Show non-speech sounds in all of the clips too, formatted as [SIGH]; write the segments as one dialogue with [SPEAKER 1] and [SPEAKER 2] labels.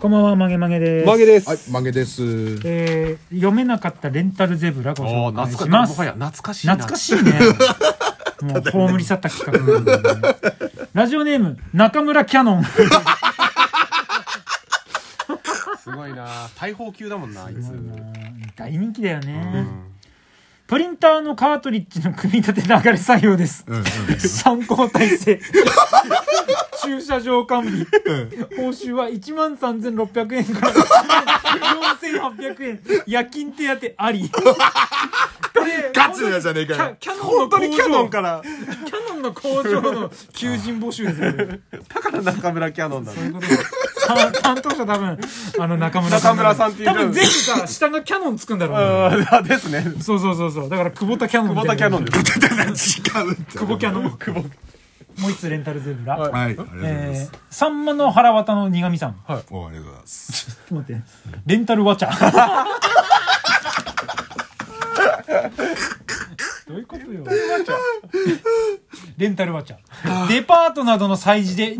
[SPEAKER 1] こんばんは、まげまげです。
[SPEAKER 2] 曲げです。
[SPEAKER 3] はい、曲げです。
[SPEAKER 1] えー読めなかったレンタルゼブラご
[SPEAKER 2] お
[SPEAKER 1] 紹
[SPEAKER 2] ー
[SPEAKER 1] 介
[SPEAKER 2] 懐か
[SPEAKER 1] し
[SPEAKER 2] しい。
[SPEAKER 1] ま
[SPEAKER 2] も
[SPEAKER 1] す。
[SPEAKER 2] はや懐かしいな。
[SPEAKER 1] 懐かしいね。もう葬り去った企画なんだよね。ラジオネーム、中村キャノン。
[SPEAKER 2] すごいな。大砲級だもんな、あいつ。
[SPEAKER 1] 大人気だよね、
[SPEAKER 2] うん
[SPEAKER 1] プリンターのカートリッジの組み立て流れ作業です。
[SPEAKER 3] うんうん。
[SPEAKER 1] 参考体制。駐車場管理。報酬は13,600円から4,800円。夜勤手当あり。これ
[SPEAKER 3] ガチのやつじゃねえか [LAUGHS] よ
[SPEAKER 1] キャキャノンの工場。
[SPEAKER 2] ら。
[SPEAKER 1] キャノンの工場の求人募集ですよね。
[SPEAKER 2] だから [LAUGHS] 中村キャノンだ
[SPEAKER 1] そういう
[SPEAKER 2] ね。
[SPEAKER 1] ことだ担当者多分、あの中村
[SPEAKER 2] 中村さんっていう
[SPEAKER 1] 多分全部さ、下がキャノンつくんだろうね。
[SPEAKER 2] あ、ですね。
[SPEAKER 1] そうそうそうそう。だから久保田キャノン
[SPEAKER 2] 久
[SPEAKER 1] み
[SPEAKER 2] 保
[SPEAKER 1] たいな
[SPEAKER 2] 田キャノンです。
[SPEAKER 3] 違うって。
[SPEAKER 1] 久保キャノン。久保。もう一つレンタルゼブラ。
[SPEAKER 2] はい
[SPEAKER 3] はい、ありがとうございま
[SPEAKER 1] え
[SPEAKER 3] す。
[SPEAKER 1] ー、さんまの腹渡の苦味さん。
[SPEAKER 3] おありがとうござい [LAUGHS] ます。
[SPEAKER 1] ちょっと待って。レンタルワチ [LAUGHS] ャ。どういうことよ。レンタルワチャ。デパートなどの催事で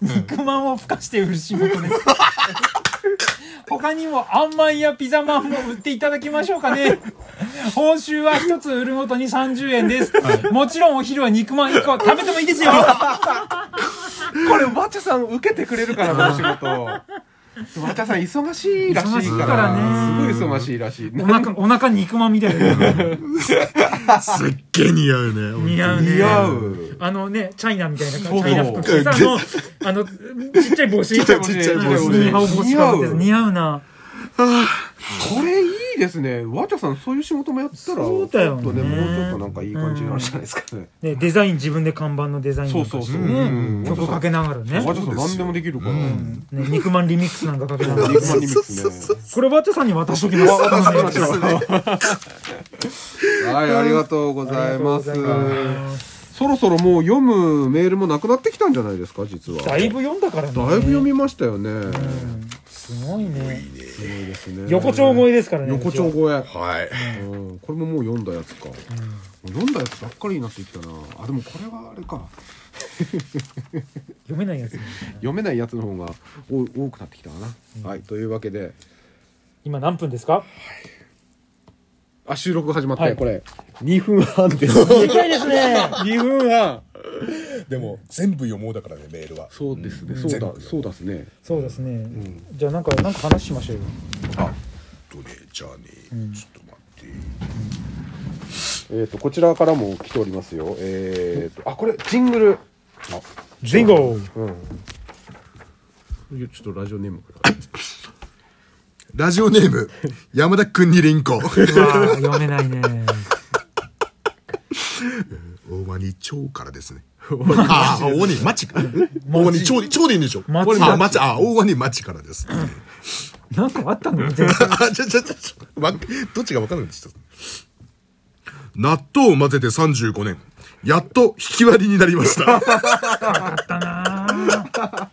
[SPEAKER 1] 肉まんをふかして売る仕事です。 [LAUGHS] 他にもあんまんやピザまんも売っていただきましょうかね。報酬は一つ売るごとに30円です。もちろんお昼は肉まん1個食べてもいい [LAUGHS] ですよ。
[SPEAKER 2] これ、わちゃさん受けてくれるから、この仕事。わちゃさん忙しいらしい
[SPEAKER 1] 忙しい
[SPEAKER 2] か
[SPEAKER 1] から
[SPEAKER 2] ら。
[SPEAKER 1] ね
[SPEAKER 2] すごい忙しいらしい。
[SPEAKER 1] お腹、お腹肉まんみたいな。
[SPEAKER 3] すっげえ似合うね。
[SPEAKER 1] 似合うね。
[SPEAKER 2] 似合う。
[SPEAKER 1] あのね、チャイナみたいな感
[SPEAKER 2] そう
[SPEAKER 1] じ。チャイナ服着てさ、あの、あの、ちっちゃい帽子。ちっ
[SPEAKER 3] ちゃい帽子
[SPEAKER 2] ちっちゃい帽子
[SPEAKER 1] ニーハオ帽子かぶってる
[SPEAKER 2] 似
[SPEAKER 1] 似
[SPEAKER 2] 合う
[SPEAKER 1] 合うな。
[SPEAKER 2] これいいですね。わちゃさん、そういう仕事もやったら、
[SPEAKER 1] そうだよね
[SPEAKER 2] ちょっとね、もうちょっとなんかいい感じになるじゃないですかね。
[SPEAKER 1] ね、デザイン自分で看板のデザイン
[SPEAKER 2] そうそうそう。
[SPEAKER 1] なんかしてね
[SPEAKER 2] うん
[SPEAKER 1] 曲かけながらね。
[SPEAKER 2] わちゃさん、何でもできるから。
[SPEAKER 1] ね肉まんリミックスなんかかけながら
[SPEAKER 2] 肉。まんリミックスね。
[SPEAKER 1] これバッチャさんに渡しときます。
[SPEAKER 2] 渡しときますはい、ありがとうございます。そろそろもう読むメールもなくなってきたんじゃないですか、実は。
[SPEAKER 1] だいぶ読んだからね。
[SPEAKER 2] だいぶ読みましたよね。
[SPEAKER 1] すごいね。
[SPEAKER 2] すごいですね
[SPEAKER 1] 横丁越えですからね。
[SPEAKER 2] 横丁超え。
[SPEAKER 3] はい。
[SPEAKER 2] うんこれももう読んだやつか。読んだやつばっかりになってきたな。あ、でもこれはあれか。
[SPEAKER 1] 読めないやつね。
[SPEAKER 2] 読めないやつの方がお多くなってきたかな。はい、というわけで、
[SPEAKER 1] 今何分ですか
[SPEAKER 2] あ、収録始まっ
[SPEAKER 1] は
[SPEAKER 2] て、
[SPEAKER 1] い
[SPEAKER 2] これ、2分半です。
[SPEAKER 1] でかいですね。
[SPEAKER 2] 2分半
[SPEAKER 3] でも、全部読もうだからね、メールは。
[SPEAKER 2] そうですね、そうだ、そうですね。
[SPEAKER 1] そうですね。じゃあなんか、なんか話しましょうよ。
[SPEAKER 3] あ、とね、じゃあね、ちょっと待って。
[SPEAKER 2] えっ、と、こちらからも来ておりますよ。えっ、と、あ、これ、ジングル。
[SPEAKER 1] ジンゴー。
[SPEAKER 2] ちょっとラジオネームから。
[SPEAKER 3] ラジオネー [LAUGHS] ム、山田くんにリンコ。
[SPEAKER 1] うわー読めないね。
[SPEAKER 3] [LAUGHS] 大間に蝶からですね。ああ、大間に町か。 [LAUGHS] 大間に蝶で、蝶でいいんでしょ
[SPEAKER 1] 町
[SPEAKER 3] あ、町、あ、大間に町からです。
[SPEAKER 1] なんかあったの全然。
[SPEAKER 3] あ、ちょ、ちょ、ちょ、ちょ、わどっちが分からなくなっちゃった。納豆を混ぜて35年。やっと引き割りになりました。
[SPEAKER 1] 長かったなぁ長か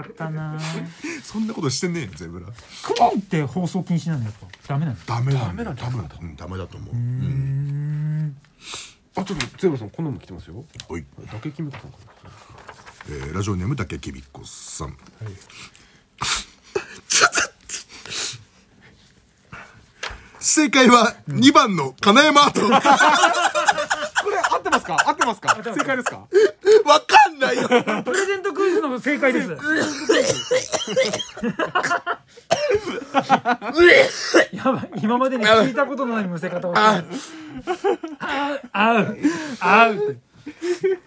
[SPEAKER 1] ったなぁ
[SPEAKER 3] [LAUGHS] そんなことしてねえの、ゼブラ。
[SPEAKER 1] クミンって放送禁止なのやっぱ。ダメなの
[SPEAKER 3] ダメだ、ダメだ、ダメだ。うん、ダメだと思う。うん。
[SPEAKER 2] あ、ちょっと、ゼロさん、こんなの来てますよ。
[SPEAKER 3] おい。
[SPEAKER 2] だけ決めたのかな。
[SPEAKER 3] えーラジオネームだけきびっこさん。 [LAUGHS] 正解は2番の金山ア
[SPEAKER 2] [LAUGHS]
[SPEAKER 3] ート。わ
[SPEAKER 2] これ、合ってますか合ってますか正解ですか
[SPEAKER 3] かんないよ。
[SPEAKER 1] プレゼントクイズの正解です。やばい、今までに聞いたことのないむせ方を。あう、あう、あうって。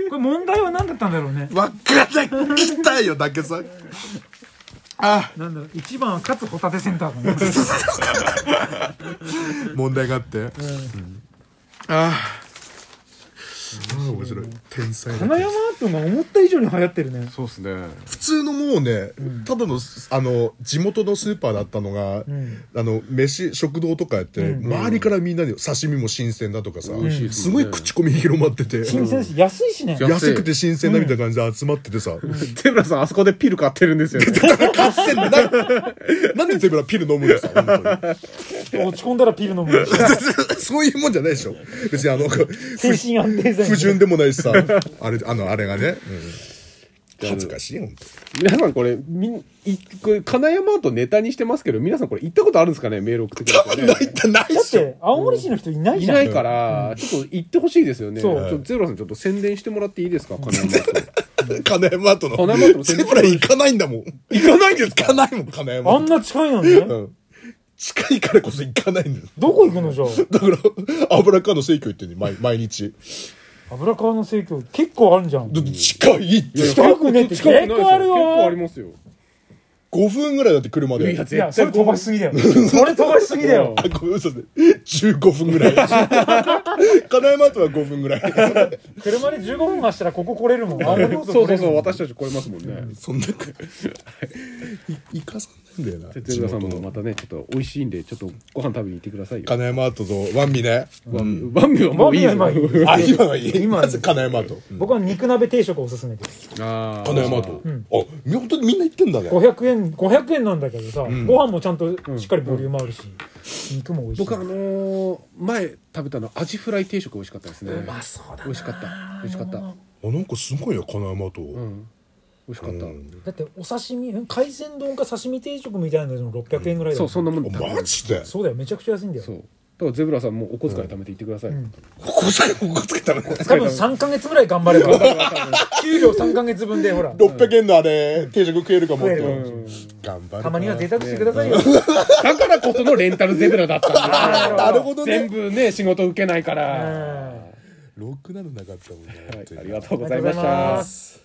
[SPEAKER 1] これ問題は何だったんだろうね。
[SPEAKER 3] わかんない。来たよ、だけさん。あ、
[SPEAKER 1] なんだろう、一番は勝つホタテセンターかな。
[SPEAKER 3] 問題があって。うんあーあー、面白い。天才だ。
[SPEAKER 1] 花山アートが思った以上に流行ってるね。
[SPEAKER 2] そうですね。
[SPEAKER 3] 普通のもうね、ただの、あの、地元のスーパーだったのが、あの、飯、食堂とかやって、周りからみんなで刺身も新鮮だとかさ、
[SPEAKER 2] しいです
[SPEAKER 3] す
[SPEAKER 2] よ
[SPEAKER 3] ご
[SPEAKER 2] ね
[SPEAKER 3] い口コミ広まってて、
[SPEAKER 1] 新鮮だし、安いしね。
[SPEAKER 2] 安い
[SPEAKER 3] 安くて新鮮だみたいな感じで集まっててさ、
[SPEAKER 2] ゼブラさん、あそこでピル買ってるんですよね。
[SPEAKER 3] 買ってんのなんなんでゼブラピル飲むんですか [LAUGHS] 本当に
[SPEAKER 1] 落ち込んだらピル飲む。
[SPEAKER 3] そういうもんじゃないでしょ別にあの、
[SPEAKER 1] 精神安定剤。
[SPEAKER 3] [LAUGHS] 不純でもないしさ、あれ、あの、あれがね、恥ずかしい、本
[SPEAKER 2] [LAUGHS] 皆さんこれ、みん、い、これ、金山アートネタにしてますけど、皆さんこれ行ったことあるんですかねメール送ってくれ
[SPEAKER 3] 当。
[SPEAKER 2] て、
[SPEAKER 3] な
[SPEAKER 2] ね。
[SPEAKER 3] いってないっ
[SPEAKER 1] だっ
[SPEAKER 3] しょ。
[SPEAKER 1] て青森市の人いない
[SPEAKER 2] い
[SPEAKER 1] じゃん
[SPEAKER 2] ないから、ちょっと行ってほしいですよね。ち
[SPEAKER 1] そう
[SPEAKER 2] ょっとゼブラさんちょっと宣伝してもらっていいですか金山アート。
[SPEAKER 3] 金山との。
[SPEAKER 2] 金山との
[SPEAKER 3] セブラ行かないんだもん。行かないんです行かないもん、金山。
[SPEAKER 1] あんな近いのにね
[SPEAKER 3] うん近いからこそ行かないんです。
[SPEAKER 1] どこ行くのじゃあ
[SPEAKER 3] だから、油川の生協行ってんね、毎毎日。
[SPEAKER 1] 油川の生協結構あるじゃん
[SPEAKER 3] だって近いって。
[SPEAKER 1] 近くねって
[SPEAKER 2] 近くない
[SPEAKER 1] 結
[SPEAKER 2] ですよ
[SPEAKER 1] 構あるよ
[SPEAKER 2] 結構ありますよ。
[SPEAKER 3] 5分ぐらいだって車で。
[SPEAKER 2] いや
[SPEAKER 1] いやそれ飛ばしすぎだよそれ飛ばしすぎだよ
[SPEAKER 3] あ、ごめんなさい。15分ぐらい。 [LAUGHS] 金山とは5分ぐらい。
[SPEAKER 1] 車で15分走ったらここ来れるもんあの
[SPEAKER 2] そ
[SPEAKER 1] ロ
[SPEAKER 2] う
[SPEAKER 1] ード
[SPEAKER 2] そ
[SPEAKER 1] 来れ
[SPEAKER 2] う
[SPEAKER 1] るも
[SPEAKER 2] そ
[SPEAKER 1] ん
[SPEAKER 2] う、私たち超えますもんね。
[SPEAKER 3] そんなく、い行かさないんだよな。
[SPEAKER 2] ゼブラさん
[SPEAKER 3] 地
[SPEAKER 2] も
[SPEAKER 3] 元の
[SPEAKER 2] またね、ちょっと美味しいんで、ちょっとご飯食べに行ってくださいよ。
[SPEAKER 3] 金山ととワンミね。
[SPEAKER 2] ワンワンミはもういいです
[SPEAKER 1] ワンミは今い
[SPEAKER 3] あ、今はいい。
[SPEAKER 1] 今
[SPEAKER 3] まず金山と。
[SPEAKER 1] 僕は肉鍋定食おすすめです
[SPEAKER 2] あー
[SPEAKER 3] 金山と。あ、本当にみんな行ってんだね。
[SPEAKER 1] 500円500円なんだけどさ、ご飯もちゃんとしっかりボリュームあるし、肉も美味しい
[SPEAKER 2] 僕あのー前食べたのアジフライ定食美味しかったですね
[SPEAKER 1] そうだ
[SPEAKER 2] 美味しかった美味しかった
[SPEAKER 3] あ、なんかすごいよ、金山と。
[SPEAKER 2] うん美味しかった、
[SPEAKER 3] うん
[SPEAKER 1] だってお刺身海鮮丼か刺身定食みたいなのでも600円ぐらいだ
[SPEAKER 2] そ
[SPEAKER 1] も
[SPEAKER 2] うんそんなもん
[SPEAKER 3] あマジで
[SPEAKER 1] そうだよめちゃくちゃ安いんだよ
[SPEAKER 2] そうだからゼブラさんもお小遣い貯めていってください、
[SPEAKER 1] ん
[SPEAKER 3] ここさえ、ここつけたら。
[SPEAKER 1] 多分3か月ぐらい頑張れ
[SPEAKER 2] [LAUGHS]
[SPEAKER 1] ば給料3か月分でほら
[SPEAKER 3] 600円のあれ、定食食えるかもっ
[SPEAKER 1] 食える。
[SPEAKER 3] て
[SPEAKER 2] うん
[SPEAKER 3] 頑張る。
[SPEAKER 1] たまには贅沢してくださいよ、
[SPEAKER 2] だからこそのレンタルゼブラだったんだ
[SPEAKER 1] [LAUGHS] あー
[SPEAKER 3] なるほどね
[SPEAKER 2] 全部ね仕事受けないから、
[SPEAKER 1] うん
[SPEAKER 3] ろくなのなかったもんね。
[SPEAKER 2] はい、ありがとうござい
[SPEAKER 1] ありがとうござい
[SPEAKER 2] ま
[SPEAKER 1] ま
[SPEAKER 2] した
[SPEAKER 1] す